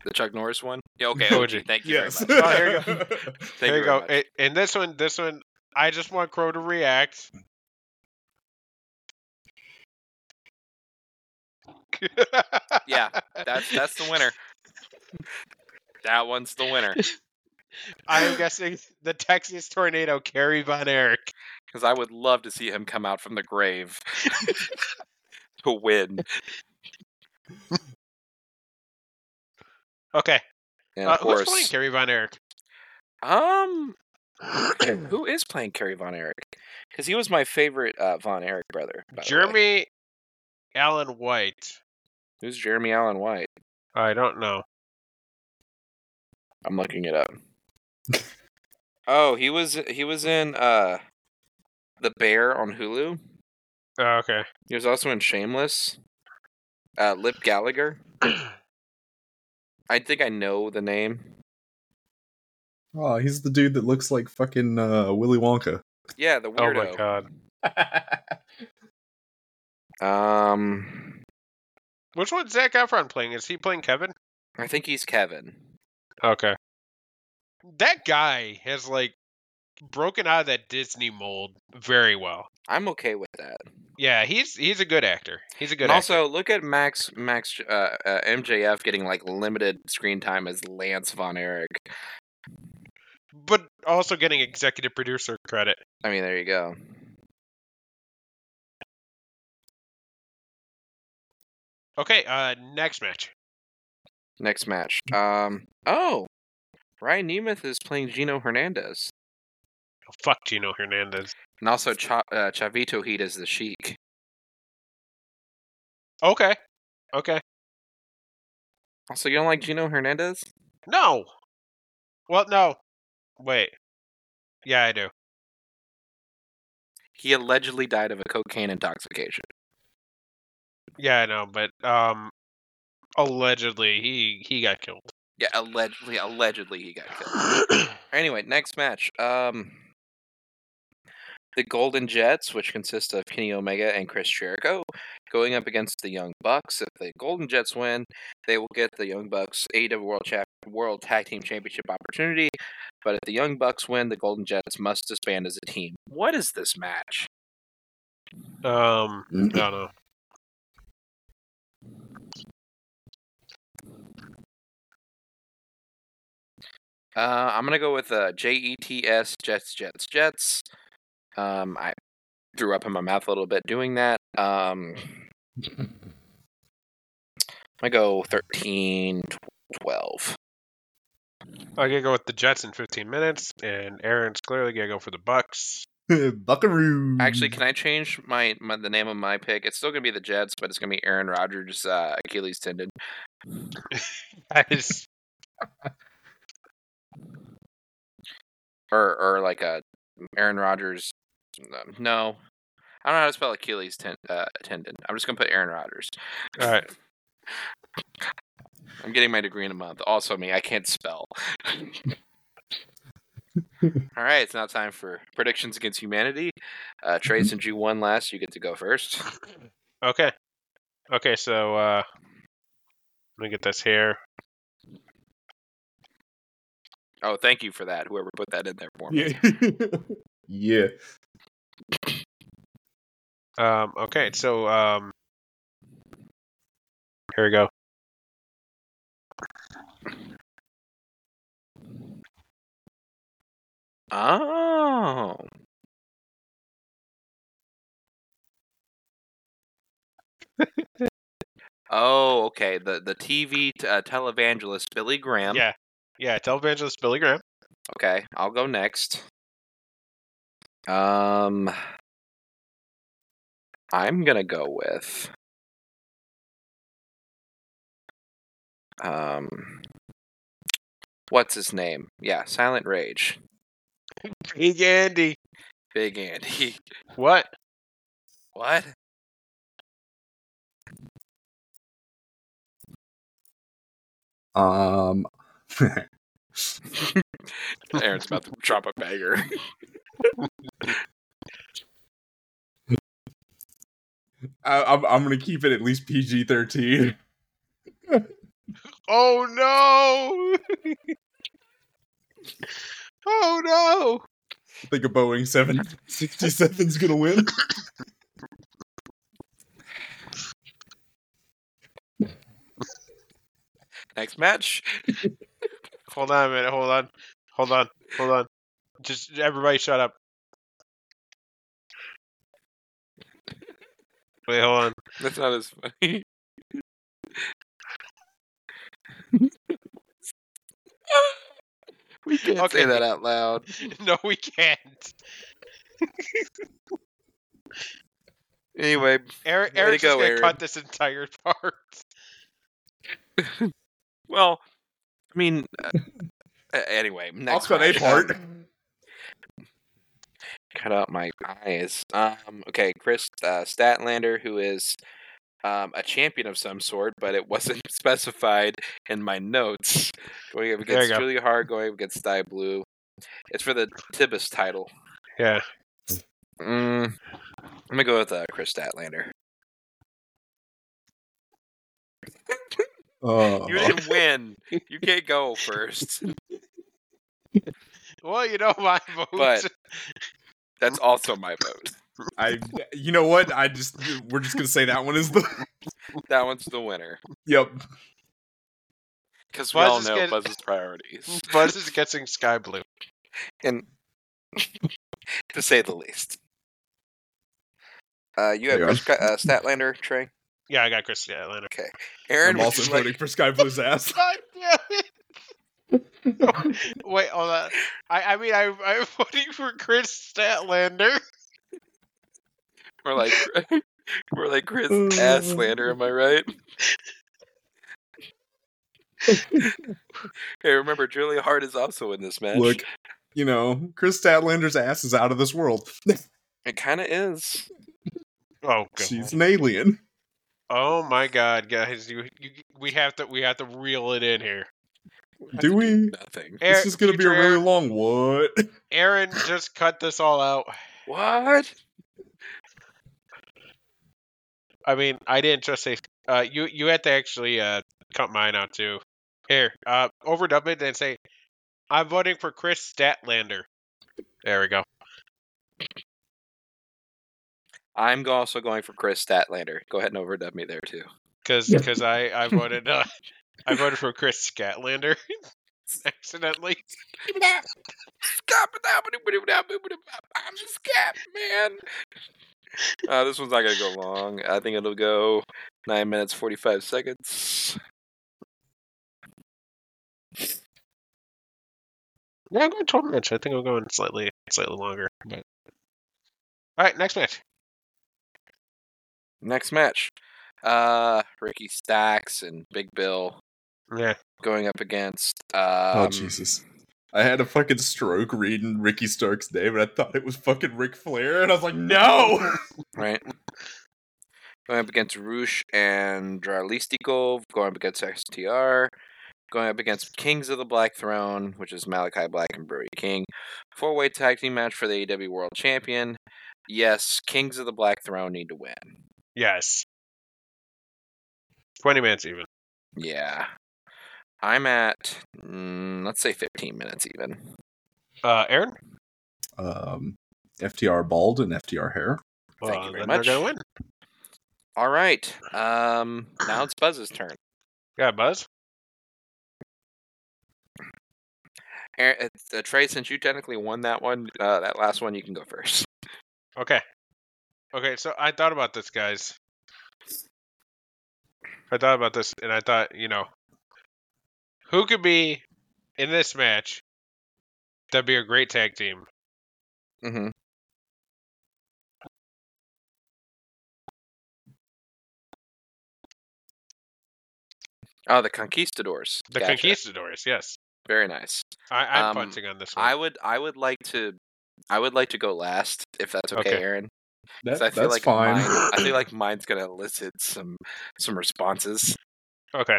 [SPEAKER 2] The Chuck Norris one. Yeah, okay,
[SPEAKER 1] Koji.
[SPEAKER 2] OG. Thank you
[SPEAKER 3] Yes.
[SPEAKER 2] very much.
[SPEAKER 1] Oh, here you
[SPEAKER 2] Thank
[SPEAKER 1] there you
[SPEAKER 2] very
[SPEAKER 1] go.
[SPEAKER 2] much.
[SPEAKER 1] A- and this one, this one, I just want Crow to react.
[SPEAKER 2] Yeah, that's that's the winner. That one's the winner
[SPEAKER 1] I am guessing the Texas tornado, Kerry Von Erich.
[SPEAKER 2] because I would love to see him come out from the grave to win.
[SPEAKER 1] Okay,
[SPEAKER 2] And
[SPEAKER 1] uh,
[SPEAKER 2] of
[SPEAKER 1] who's playing
[SPEAKER 2] course,
[SPEAKER 1] Kerry Von Erich?
[SPEAKER 2] um, who is playing Kerry Von Erich? Because he was my favorite uh, Von Erich brother. by the way.
[SPEAKER 1] Jeremy Allen White.
[SPEAKER 2] who's Jeremy Allen White?
[SPEAKER 1] I don't know.
[SPEAKER 2] I'm looking it up. oh, he was he was in uh The Bear on Hulu.
[SPEAKER 1] Oh, okay.
[SPEAKER 2] He was also in Shameless. Uh Lip Gallagher. I think I know the name.
[SPEAKER 3] Oh, he's the dude that looks like fucking uh, Willy Wonka.
[SPEAKER 2] Yeah, the
[SPEAKER 1] Oh
[SPEAKER 2] weirdo.
[SPEAKER 1] my god.
[SPEAKER 2] Um
[SPEAKER 1] Which one's Zach Efron playing? Is he playing Kevin?
[SPEAKER 2] I think he's Kevin.
[SPEAKER 1] Okay. That guy has like broken out of that Disney mold very well.
[SPEAKER 2] I'm okay with that.
[SPEAKER 1] Yeah, he's he's a good actor. He's a good
[SPEAKER 2] And
[SPEAKER 1] actor.
[SPEAKER 2] also, look at Max Max uh, uh, MJF getting like limited screen time as Lance Von Erich.
[SPEAKER 1] But also getting executive producer credit.
[SPEAKER 2] I mean, there you go.
[SPEAKER 1] Okay, uh next match.
[SPEAKER 2] Next match. Um. Oh, Ryan Nemeth is playing Gino Hernandez,
[SPEAKER 1] Fuck Gino Hernandez.
[SPEAKER 2] and also Ch- uh, Chavito Heat is the Sheik.
[SPEAKER 1] Okay. Okay.
[SPEAKER 2] Also, you don't like Gino Hernandez?
[SPEAKER 1] No. Well, no. Wait. Yeah, I do.
[SPEAKER 2] He allegedly died of a cocaine intoxication.
[SPEAKER 1] Yeah, I know, but um, allegedly he he got killed.
[SPEAKER 2] Yeah, allegedly, allegedly he got killed. Anyway, next match. Um, the Golden Jets, which consist of Kenny Omega and Chris Jericho, going up against the Young Bucks. If the Golden Jets win, they will get the Young Bucks AEW World Chap- World Tag Team Championship opportunity. But if the Young Bucks win, the Golden Jets must disband as a team. What is this match?
[SPEAKER 1] um, no, no.
[SPEAKER 2] Uh, I'm gonna go with uh, J E T S Jets Jets Jets. Um, I threw up in my mouth a little bit doing that. Um, I go 13 12.
[SPEAKER 1] I gotta go with the Jets in 15 minutes, and Aaron's clearly gonna go for the Bucks.
[SPEAKER 3] Buckaroo.
[SPEAKER 2] Actually, can I change my, my the name of my pick? It's still gonna be the Jets, but it's gonna be Aaron Rodgers' uh, Achilles tendon.
[SPEAKER 1] That is
[SPEAKER 2] or or like a Aaron Rodgers. um, No, I don't know how to spell Achilles ten, uh, tendon. I'm just gonna put Aaron Rodgers.
[SPEAKER 1] all right.
[SPEAKER 2] I'm getting my degree in a month. Also, me, I can't spell. All right, it's now time for predictions against humanity. Uh, Trey, since you won last, you get to go first.
[SPEAKER 1] Okay. Okay, so uh let me get this here.
[SPEAKER 2] Oh, thank you for that. Whoever put that in there for me.
[SPEAKER 3] Yeah. yeah.
[SPEAKER 1] Um okay, so um here we go.
[SPEAKER 2] Oh. oh, okay. The the TV t- uh, televangelist Billy Graham.
[SPEAKER 1] Yeah. Yeah, televangelist Billy Graham.
[SPEAKER 2] Okay, I'll go next. Um, I'm gonna go with. Um, what's his name? Yeah, Silent Rage,
[SPEAKER 1] Big Andy.
[SPEAKER 2] Big Andy.
[SPEAKER 1] What?
[SPEAKER 2] What?
[SPEAKER 3] Um.
[SPEAKER 2] Aaron's about to drop a banger.
[SPEAKER 3] I, I'm, I'm gonna keep it at least PG thirteen.
[SPEAKER 1] Oh no. oh no.
[SPEAKER 3] I think a Boeing seven sixty seven's gonna win.
[SPEAKER 2] Next match.
[SPEAKER 1] Hold on a minute. Hold on. Hold on. Hold on. Just everybody shut up. Wait, hold on.
[SPEAKER 2] That's not as funny. we can't
[SPEAKER 1] Okay.
[SPEAKER 2] say that out loud.
[SPEAKER 1] No, we can't.
[SPEAKER 2] Anyway,
[SPEAKER 1] Eric,
[SPEAKER 2] Way to
[SPEAKER 1] Eric's just
[SPEAKER 2] go,
[SPEAKER 1] gonna
[SPEAKER 2] Aaron.
[SPEAKER 1] cut this entire part.
[SPEAKER 2] well, I mean, uh, a- anyway, next
[SPEAKER 3] I'll cut a
[SPEAKER 2] match.
[SPEAKER 3] part.
[SPEAKER 2] Um, cut out my eyes. Um, okay, Chris uh, Statlander, who is um, a champion of some sort, but it wasn't specified in my notes. Going up
[SPEAKER 1] There you
[SPEAKER 2] against
[SPEAKER 1] go.
[SPEAKER 2] Julia Hart, going up against Sky Blue. It's for the Tibbs title.
[SPEAKER 1] Yeah.
[SPEAKER 2] Mm, I'm gonna go with uh, Chris Statlander.
[SPEAKER 3] Oh.
[SPEAKER 2] You didn't win. You can't go first.
[SPEAKER 1] Well, you know my vote.
[SPEAKER 2] But- That's also my vote.
[SPEAKER 3] I. You know what? I just. We're just gonna say that one is the.
[SPEAKER 2] That one's the winner
[SPEAKER 3] Yep.
[SPEAKER 2] because we
[SPEAKER 1] Buzz
[SPEAKER 2] all
[SPEAKER 1] is
[SPEAKER 2] know
[SPEAKER 1] getting-
[SPEAKER 2] Buzz's priorities,
[SPEAKER 1] Buzz is getting sky blue.
[SPEAKER 2] and to say the least. Uh, you have
[SPEAKER 3] Yeah.
[SPEAKER 2] Chris Ca- uh, Statlander, Trey,
[SPEAKER 1] Yeah, I got Chris Statlander.
[SPEAKER 2] Aaron.
[SPEAKER 3] I'm
[SPEAKER 2] would
[SPEAKER 3] also
[SPEAKER 2] you
[SPEAKER 3] voting
[SPEAKER 2] like-
[SPEAKER 3] for Sky Blue's ass.
[SPEAKER 1] God damn it. Wait, hold on. I, I mean, I, I'm voting for Chris Statlander.
[SPEAKER 2] We're like, we're like Chris Asslander. Am I right? hey, remember Julia Hart is also in this match.
[SPEAKER 3] Look, you know, Chris Statlander's ass is out of this world.
[SPEAKER 2] It kind of is.
[SPEAKER 1] Oh god.
[SPEAKER 3] She's an alien.
[SPEAKER 1] Oh my god, guys, you, you we have to we have to reel it in here.
[SPEAKER 2] I
[SPEAKER 3] Do
[SPEAKER 2] have to
[SPEAKER 3] we?
[SPEAKER 2] Nothing.
[SPEAKER 1] Aaron-
[SPEAKER 3] this is going to be a
[SPEAKER 1] future
[SPEAKER 3] really
[SPEAKER 1] Aaron,
[SPEAKER 3] long what?
[SPEAKER 1] Aaron, just cut this all out.
[SPEAKER 2] What?
[SPEAKER 1] I mean, I didn't just say uh you you had to actually uh cut mine out too. Here, uh overdub it and say I'm voting for Chris Statlander. There we go.
[SPEAKER 2] I'm go- also going for Chris Statlander. Go ahead and overdub me there too.
[SPEAKER 1] Cuz
[SPEAKER 3] Yeah.
[SPEAKER 1] cuz I I voted uh, I voted for Chris Scatlander accidentally.
[SPEAKER 2] I'm just cap, man. Uh, this one's not gonna go long. I think it'll go nine minutes forty five seconds.
[SPEAKER 1] Yeah, I'm going 12 minutes. I think I'm going slightly slightly longer. But all right, next match.
[SPEAKER 2] Next match, uh, Ricky Stacks and Big Bill
[SPEAKER 1] Yeah,
[SPEAKER 2] going up against.
[SPEAKER 3] oh
[SPEAKER 2] Um,
[SPEAKER 3] Jesus! I had a fucking stroke reading Ricky Stark's name, and I thought it was fucking Ric Flair, and I was like, no.
[SPEAKER 2] right? Going up against Roosh and Dralistico, going up against STR, going up against Kings of the Black Throne, which is Malachi Black and Brody King. Four way tag team match for the AEW World Champion. Yes, Kings of the Black Throne need to win.
[SPEAKER 1] yes. 20 minutes even.
[SPEAKER 2] Yeah. I'm at, mm, let's say 15 minutes even.
[SPEAKER 1] Uh, Aaron?
[SPEAKER 3] Um, FTR bald and FTR hair.
[SPEAKER 2] Thank
[SPEAKER 1] uh,
[SPEAKER 2] you very
[SPEAKER 1] then
[SPEAKER 2] much.
[SPEAKER 1] They're gonna win.
[SPEAKER 2] All right. Um, now it's Buzz's turn.
[SPEAKER 1] Yeah, Buzz.
[SPEAKER 2] Aaron, it's- uh, Trey, since you technically won that one, uh, that last one, you can go first.
[SPEAKER 1] Okay. Okay, so I thought about this, guys. I thought about this, and I thought, you know, who could be in this match that'd be a great tag team?
[SPEAKER 2] Mm-hmm. Oh, the Conquistadors.
[SPEAKER 1] The
[SPEAKER 2] Gotcha.
[SPEAKER 1] Conquistadors. Yes,
[SPEAKER 2] Very nice.
[SPEAKER 1] I, I'm
[SPEAKER 2] Um,
[SPEAKER 1] punting on this one.
[SPEAKER 2] I would. I would like to. I would like to go last, if that's okay,
[SPEAKER 1] Okay.
[SPEAKER 2] Aaron.
[SPEAKER 3] That,
[SPEAKER 2] 'cause I
[SPEAKER 3] that's
[SPEAKER 2] feel like
[SPEAKER 3] fine.
[SPEAKER 2] Mine, I feel like mine's gonna elicit some some responses.
[SPEAKER 1] Okay.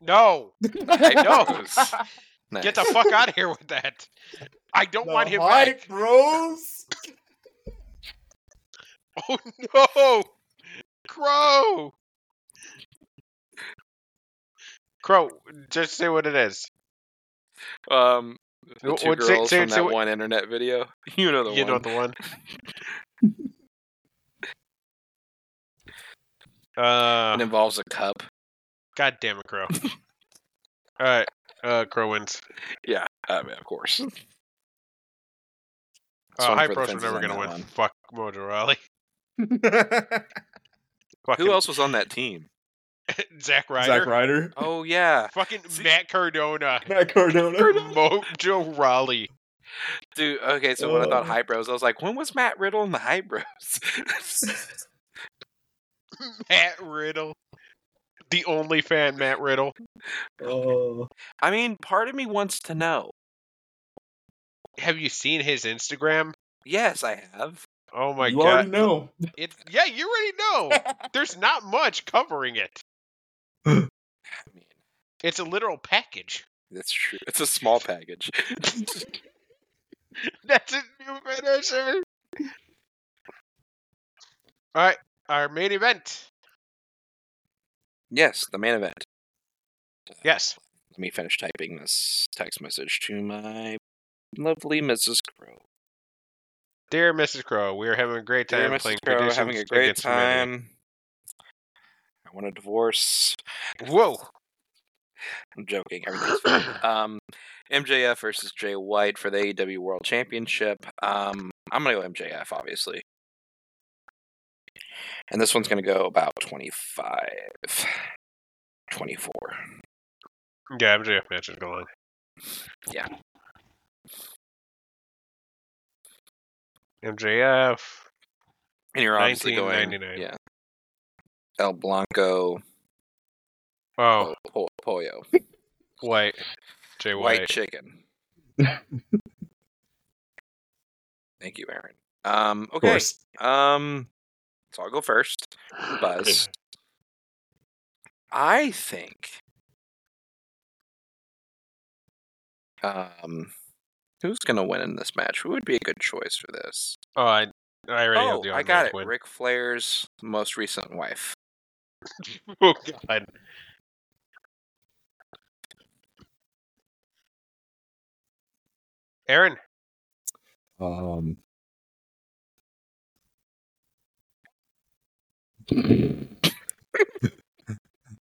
[SPEAKER 1] No,
[SPEAKER 2] I
[SPEAKER 1] no.
[SPEAKER 2] Nice.
[SPEAKER 1] get the fuck out of here with that. I don't want him back.
[SPEAKER 3] bros.
[SPEAKER 1] Oh no, Crow. Crow, just say what it is.
[SPEAKER 2] um. The
[SPEAKER 1] Wh-
[SPEAKER 2] two
[SPEAKER 1] what- say-
[SPEAKER 2] girls
[SPEAKER 1] say-
[SPEAKER 2] from
[SPEAKER 1] say
[SPEAKER 2] that
[SPEAKER 1] what-
[SPEAKER 2] one internet video. You know the
[SPEAKER 1] you
[SPEAKER 2] one.
[SPEAKER 1] know the one. uh,
[SPEAKER 2] It involves a cup.
[SPEAKER 1] God damn it, Crow. All right, uh, Crow wins.
[SPEAKER 2] I mean, Ah, of course.
[SPEAKER 1] Uh,
[SPEAKER 2] Swung
[SPEAKER 1] High
[SPEAKER 2] for the
[SPEAKER 1] pros are
[SPEAKER 2] fences
[SPEAKER 1] never
[SPEAKER 2] on
[SPEAKER 1] gonna
[SPEAKER 2] that
[SPEAKER 1] win.
[SPEAKER 2] one.
[SPEAKER 1] Fuck Mojo Raleigh. Fucking
[SPEAKER 2] Who else was on that team?
[SPEAKER 1] Zack Ryder.
[SPEAKER 3] Zack Ryder.
[SPEAKER 2] Oh yeah,
[SPEAKER 1] Fucking Matt Cardona.
[SPEAKER 3] Matt Cardona.
[SPEAKER 1] Mojo Raleigh.
[SPEAKER 2] dude. Okay, so when I thought
[SPEAKER 3] Ugh.
[SPEAKER 2] High Bros, I was like, when was Matt Riddle in the High Bros?
[SPEAKER 1] Matt Riddle. The only fan, Matt Riddle.
[SPEAKER 3] Oh.
[SPEAKER 2] I mean, part of me wants to know.
[SPEAKER 1] Have you seen his Instagram?
[SPEAKER 2] Yes, I have.
[SPEAKER 1] Oh my
[SPEAKER 3] you
[SPEAKER 1] god.
[SPEAKER 3] already know.
[SPEAKER 1] It's yeah, you already know. There's not much covering it.
[SPEAKER 2] I mean,
[SPEAKER 1] It's a literal package.
[SPEAKER 2] that's true. It's a small package.
[SPEAKER 1] That's a new finisher. Alright, our main event.
[SPEAKER 2] yes, the main event.
[SPEAKER 1] Yes.
[SPEAKER 2] Let me finish typing this text message to my lovely Mrs. Crow.
[SPEAKER 1] Dear Mrs. Crow, we are having a great time
[SPEAKER 2] Dear Mrs.
[SPEAKER 1] playing
[SPEAKER 2] Crow, having a
[SPEAKER 1] Predictions
[SPEAKER 2] great
[SPEAKER 1] Against Humanity.
[SPEAKER 2] time. I want a divorce.
[SPEAKER 1] Whoa.
[SPEAKER 2] I'm joking. Everything's fine. Um, MJF versus Jay White for the AEW World Championship. Um, I'm gonna go MJF, obviously. And this one's gonna go about 25, 24.
[SPEAKER 1] Yeah, MJF match is going.
[SPEAKER 2] Yeah.
[SPEAKER 1] MJF.
[SPEAKER 2] And you're obviously going,
[SPEAKER 1] 1999.
[SPEAKER 2] yeah. El Blanco,
[SPEAKER 1] Oh,
[SPEAKER 2] Po- Po- Pollo.
[SPEAKER 1] wait. Jay
[SPEAKER 2] white
[SPEAKER 1] White.
[SPEAKER 2] chicken. Thank you, Aaron. Um,
[SPEAKER 3] Of
[SPEAKER 2] okay.
[SPEAKER 3] course.
[SPEAKER 2] Um, so I'll go first. Buzz. I think. Um, who's gonna win in this match? Who would be a good choice for this?
[SPEAKER 1] Oh, I, I already have
[SPEAKER 2] Oh,
[SPEAKER 1] the
[SPEAKER 2] I
[SPEAKER 1] honorable
[SPEAKER 2] got it.
[SPEAKER 1] twin.
[SPEAKER 2] Ric Flair's most recent wife.
[SPEAKER 1] Oh God. Aaron,
[SPEAKER 3] Um,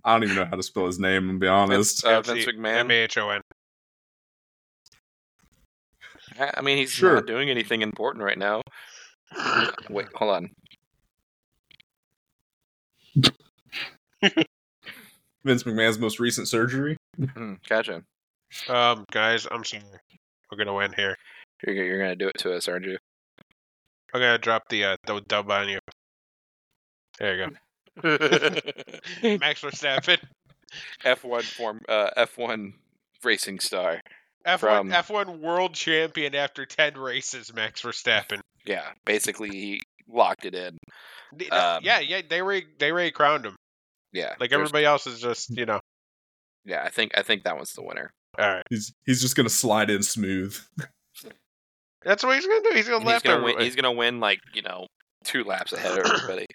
[SPEAKER 3] I don't even know how to spell his name. And be honest.
[SPEAKER 2] Vince, uh, Vince
[SPEAKER 1] MC
[SPEAKER 2] McMahon.
[SPEAKER 1] M A H O N.
[SPEAKER 2] I I mean, he's
[SPEAKER 3] Sure.
[SPEAKER 2] not doing anything important right now. Wait, hold on.
[SPEAKER 3] Vince McMahon's most recent surgery.
[SPEAKER 2] Hmm, Gotcha.
[SPEAKER 1] Um, guys, I'm sorry. We're gonna win here.
[SPEAKER 2] You're, you're gonna do it to us, aren't you?
[SPEAKER 1] I'm gonna drop the uh, the dub on you. There you go. Max Verstappen.
[SPEAKER 2] F1 form, uh, F1 racing star.
[SPEAKER 1] F1
[SPEAKER 2] From-
[SPEAKER 1] F1 world champion after ten races. Max Verstappen.
[SPEAKER 2] Yeah, basically he locked it in.
[SPEAKER 1] Th-
[SPEAKER 2] Um,
[SPEAKER 1] yeah, yeah, they already they already crowned him.
[SPEAKER 2] Yeah,
[SPEAKER 1] Like
[SPEAKER 2] there's-
[SPEAKER 1] everybody else is just you know.
[SPEAKER 2] Yeah, I think I think that one's the winner.
[SPEAKER 1] All right,
[SPEAKER 3] He's he's just gonna slide in smooth.
[SPEAKER 1] that's what he's gonna do. He's gonna
[SPEAKER 2] And he's
[SPEAKER 1] laugh.
[SPEAKER 2] gonna win. He's gonna win like you know two laps ahead of everybody.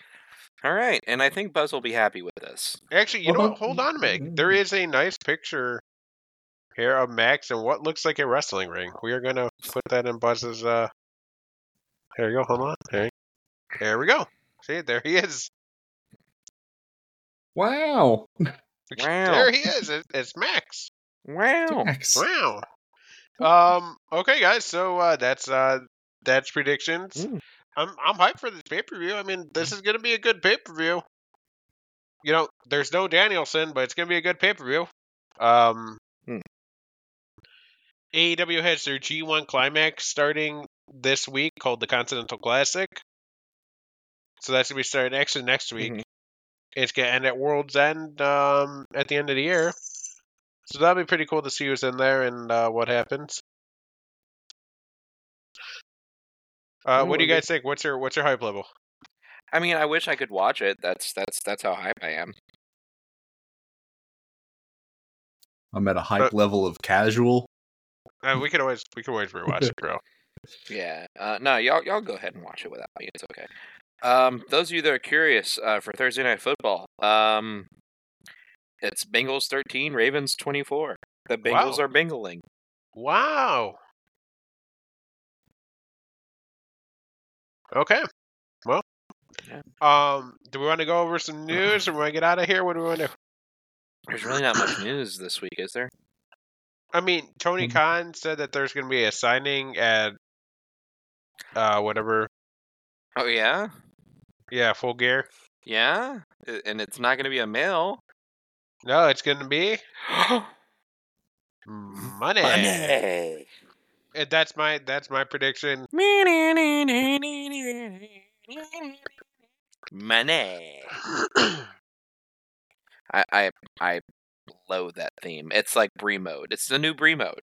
[SPEAKER 2] All right, and I think Buzz will be happy with this.
[SPEAKER 1] Actually, you know
[SPEAKER 3] Well,
[SPEAKER 1] what? Hold on, Meg.
[SPEAKER 3] mhm.
[SPEAKER 1] There is a nice picture here of Max and what looks like a wrestling ring. We are gonna put that in Buzz's. Uh, there you go. Hold on. There, there we go. See, there he is.
[SPEAKER 3] Wow.
[SPEAKER 2] Wow.
[SPEAKER 1] There he is. It- It's Max.
[SPEAKER 2] Wow.
[SPEAKER 3] Max.
[SPEAKER 1] Wow. Um. Okay, guys. So uh, that's uh, that's predictions.
[SPEAKER 2] Mm.
[SPEAKER 1] I'm I'm hyped for this pay per view. I mean, this is gonna be a good pay per view. You know, there's no Danielson, but it's gonna be a good pay per view. Um,
[SPEAKER 2] Mm.
[SPEAKER 1] AEW E has their G1 Climax starting this week, called the Continental Classic. So that's gonna be starting actually next week.
[SPEAKER 2] Mhm.
[SPEAKER 1] It's gonna end at World's End um, at the end of the year. So that'll be pretty cool to see who's in there and uh, what happens. Uh,
[SPEAKER 2] Oh,
[SPEAKER 1] what do you
[SPEAKER 2] okay.
[SPEAKER 1] guys think? What's your what's your hype level?
[SPEAKER 2] I mean, I wish I could watch it. That's that's that's how hype I am.
[SPEAKER 3] I'm at a hype
[SPEAKER 1] Uh,
[SPEAKER 3] level of casual.
[SPEAKER 1] Uh, we can always we can always rewatch it, bro.
[SPEAKER 2] Yeah. Uh, no, y'all y'all go ahead and watch it without me. It's okay. Um, those of you that are curious uh, for Thursday night football, um, it's Bengals thirteen, Ravens twenty four. The Bengals
[SPEAKER 1] Wow.
[SPEAKER 2] are bingling.
[SPEAKER 1] Wow. Okay. Well.
[SPEAKER 2] Yeah.
[SPEAKER 1] Um. Do we want to go over some news, or want to get out of here? What do we want to?
[SPEAKER 2] There's really not much news this week, is there?
[SPEAKER 1] I mean, Tony
[SPEAKER 3] Mhm.
[SPEAKER 1] Khan said that there's going to be a signing at uh whatever.
[SPEAKER 2] Oh yeah,
[SPEAKER 1] Yeah, full gear.
[SPEAKER 2] yeah, I- and it's not going to be a male.
[SPEAKER 1] No, it's going to be money.
[SPEAKER 2] Money.
[SPEAKER 1] And that's my that's my prediction.
[SPEAKER 2] Money. I, I I loathe that theme. It's like Bree mode. It's the new Bree mode.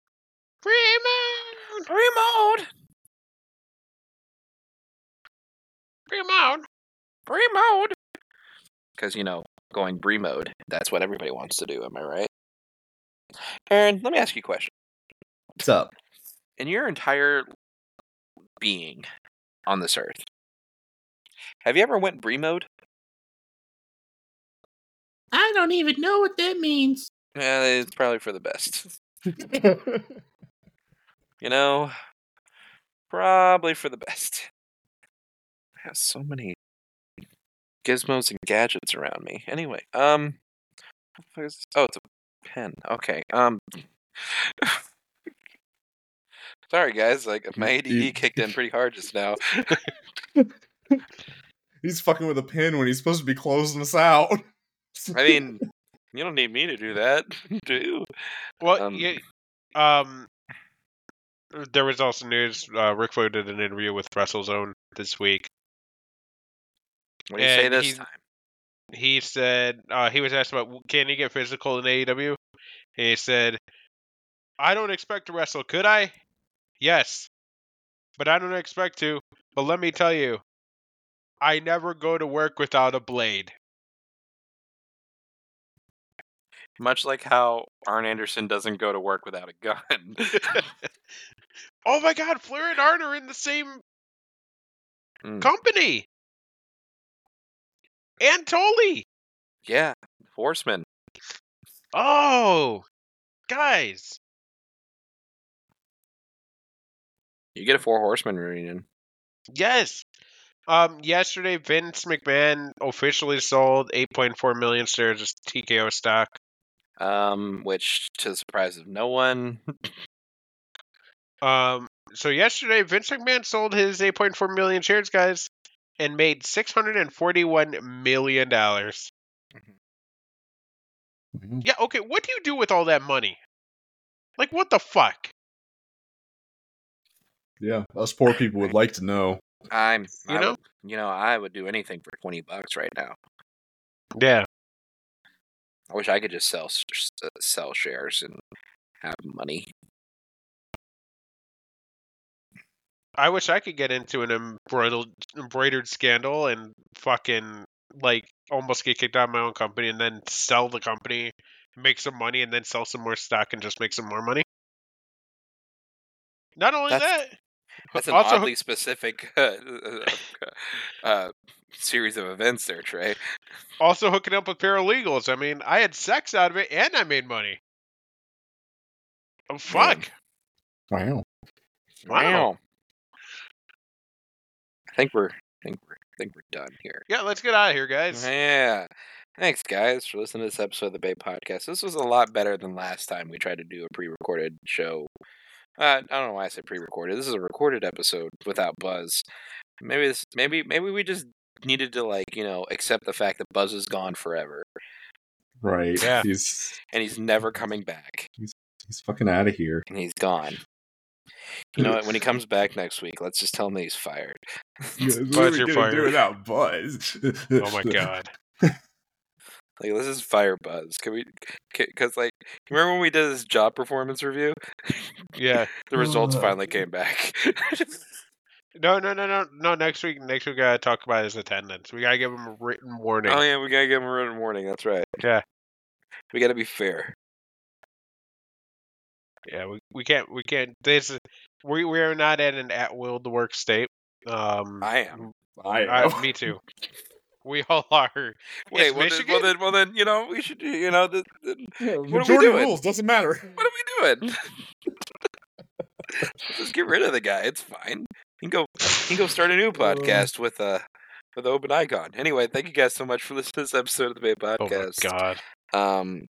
[SPEAKER 1] Fremont,
[SPEAKER 2] Bree mode.
[SPEAKER 1] Fremont.
[SPEAKER 2] Bree mode. Because you know, going Bree mode. That's what everybody wants to do. Am I right? Aaron, let me ask you a question.
[SPEAKER 3] What's up?
[SPEAKER 2] in your entire being on this earth, have you ever went Brie mode?
[SPEAKER 4] I don't even know what that means.
[SPEAKER 2] Yeah, Eh, it's probably for the best. You know, probably for the best. I have so many gizmos and gadgets around me. Anyway, um, what the fuck is this? oh, it's a pen. Okay, um, sorry guys, like my ADD kicked in pretty hard just now.
[SPEAKER 3] He's fucking with a pin when he's supposed to be closing us out.
[SPEAKER 2] I mean, you don't need me to do that, do you?
[SPEAKER 1] Well,
[SPEAKER 2] Um,
[SPEAKER 1] yeah, um, there was also news. Uh, Rick Flair did an interview with WrestleZone this week.
[SPEAKER 2] What do you say
[SPEAKER 1] And
[SPEAKER 2] this
[SPEAKER 1] he's-
[SPEAKER 2] time?
[SPEAKER 1] He E said uh, he was asked about can he get physical in AEW, and he said I don't expect to wrestle. Could I? Yes. But I don't expect to. But let me tell you, I never go to work without a blade.
[SPEAKER 2] Much like how Arn Anderson doesn't go to work without a gun.
[SPEAKER 1] Oh my god, Flair and Arn are in the same
[SPEAKER 2] Hmm.
[SPEAKER 1] company. And Tully.
[SPEAKER 2] yeah, Horseman.
[SPEAKER 1] Oh, guys.
[SPEAKER 2] You get a Four Horsemen reunion.
[SPEAKER 1] Yes. Um, yesterday, Vince McMahon officially sold 8.4 million shares of TKO stock.
[SPEAKER 2] Um, which, to the surprise of no one,
[SPEAKER 1] Um, so yesterday, Vince McMahon sold his 8.4 million shares, guys, and made 641 million dollars. Yeah. Okay. What do you do with all that money? Like, what the fuck?
[SPEAKER 3] Yeah, us poor people would like to know.
[SPEAKER 2] I'm
[SPEAKER 1] You
[SPEAKER 2] I
[SPEAKER 1] know?
[SPEAKER 2] would- you know, I would do anything for twenty bucks right now.
[SPEAKER 1] Yeah.
[SPEAKER 2] I wish I could just sell s- s- uh, sell shares and have money.
[SPEAKER 1] I wish I could get into an embroidered embroidered scandal and fucking like almost get kicked out of my own company and then sell the company, make some money, and then sell some more stock and just make some more money. Not only
[SPEAKER 2] That's-
[SPEAKER 1] that,
[SPEAKER 2] That's an
[SPEAKER 1] Also-
[SPEAKER 2] oddly specific uh, uh, series of events there, Trey.
[SPEAKER 1] also hooking up with paralegals. I mean, I had sex out of it and I made money. Oh, fuck.
[SPEAKER 3] Wow.
[SPEAKER 1] Wow.
[SPEAKER 2] I think we're I think we're I think we're done here.
[SPEAKER 1] Yeah, let's get out of here, guys.
[SPEAKER 2] Yeah. Thanks guys for listening to this episode of the Bay Podcast. This was a lot better than last time we tried to do a pre recorded show. Uh, I don't know why I said pre recorded. This is a recorded episode without Buzz. Maybe this maybe maybe we just needed to like, you know, accept the fact that Buzz is gone forever
[SPEAKER 3] Right.
[SPEAKER 1] Yeah.
[SPEAKER 3] He's
[SPEAKER 2] and he's never
[SPEAKER 1] Mm-hmm.
[SPEAKER 2] coming back.
[SPEAKER 3] he's fucking out of here.
[SPEAKER 2] And he's gone. You know what? When he comes back next week, let's just tell him that he's fired.
[SPEAKER 1] Buzz, you're fired.
[SPEAKER 3] without Buzz.
[SPEAKER 1] Oh my god.
[SPEAKER 2] Like this is fire buzz. Can we? Because like, remember when we did this job performance review?
[SPEAKER 1] Yeah.
[SPEAKER 2] The results
[SPEAKER 1] Uh,
[SPEAKER 3] Ugh.
[SPEAKER 2] finally came back.
[SPEAKER 1] No, no, no, no, no. Next week, next week, we gotta talk about his attendance. We gotta give him a written warning.
[SPEAKER 2] oh yeah, we gotta give him a written warning. That's right.
[SPEAKER 1] Yeah.
[SPEAKER 2] We gotta be fair.
[SPEAKER 1] Yeah, we, we can't we can't this is- we we are not at an at will to work state. Um
[SPEAKER 2] I am.
[SPEAKER 3] I
[SPEAKER 1] I- me too. We all are.
[SPEAKER 2] Wait,
[SPEAKER 1] It's
[SPEAKER 2] well then, well
[SPEAKER 1] Michigan?
[SPEAKER 2] then, well then, you know, we should, you know, th- th-
[SPEAKER 3] Majority
[SPEAKER 2] doing?
[SPEAKER 3] rules doesn't matter.
[SPEAKER 2] what are we doing? Just get rid of the guy. It's fine. He can go. He can go start a new podcast with uh with Open Icon. Anyway, thank you guys so much for listening to this episode of the Bay
[SPEAKER 1] Oh my
[SPEAKER 2] Podcast.
[SPEAKER 1] god.
[SPEAKER 2] Um,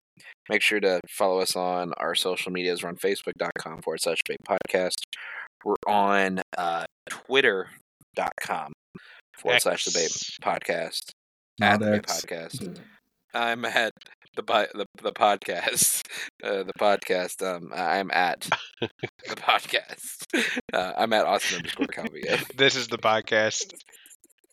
[SPEAKER 2] make sure to follow us on our social medias. We're on facebook.com forward slash big podcast. We're on uh, twitter.com forward slash the babe
[SPEAKER 1] X.
[SPEAKER 2] podcast. at
[SPEAKER 3] Not
[SPEAKER 2] the babe
[SPEAKER 3] X.
[SPEAKER 2] podcast. I'm at the, bi- the the podcast. Uh, the podcast. Um, I'm at the podcast. Uh, I'm at Austin underscore Calvia.
[SPEAKER 1] This is the podcast.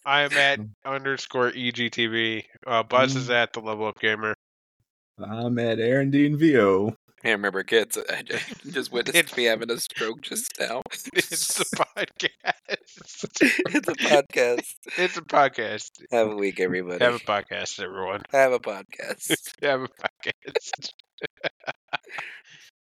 [SPEAKER 1] I am at underscore E EGTV. Uh, Buzz is
[SPEAKER 3] Mm.
[SPEAKER 1] at the level up gamer.
[SPEAKER 3] I'm at Aaron D and VO.
[SPEAKER 2] Hey, remember, kids, I just, you just witnessed me having a stroke just now.
[SPEAKER 1] It's the podcast.
[SPEAKER 2] it's a podcast.
[SPEAKER 1] It's a podcast.
[SPEAKER 2] Have a week, everybody.
[SPEAKER 1] Have a podcast, everyone.
[SPEAKER 2] Have a podcast.
[SPEAKER 1] Have a podcast.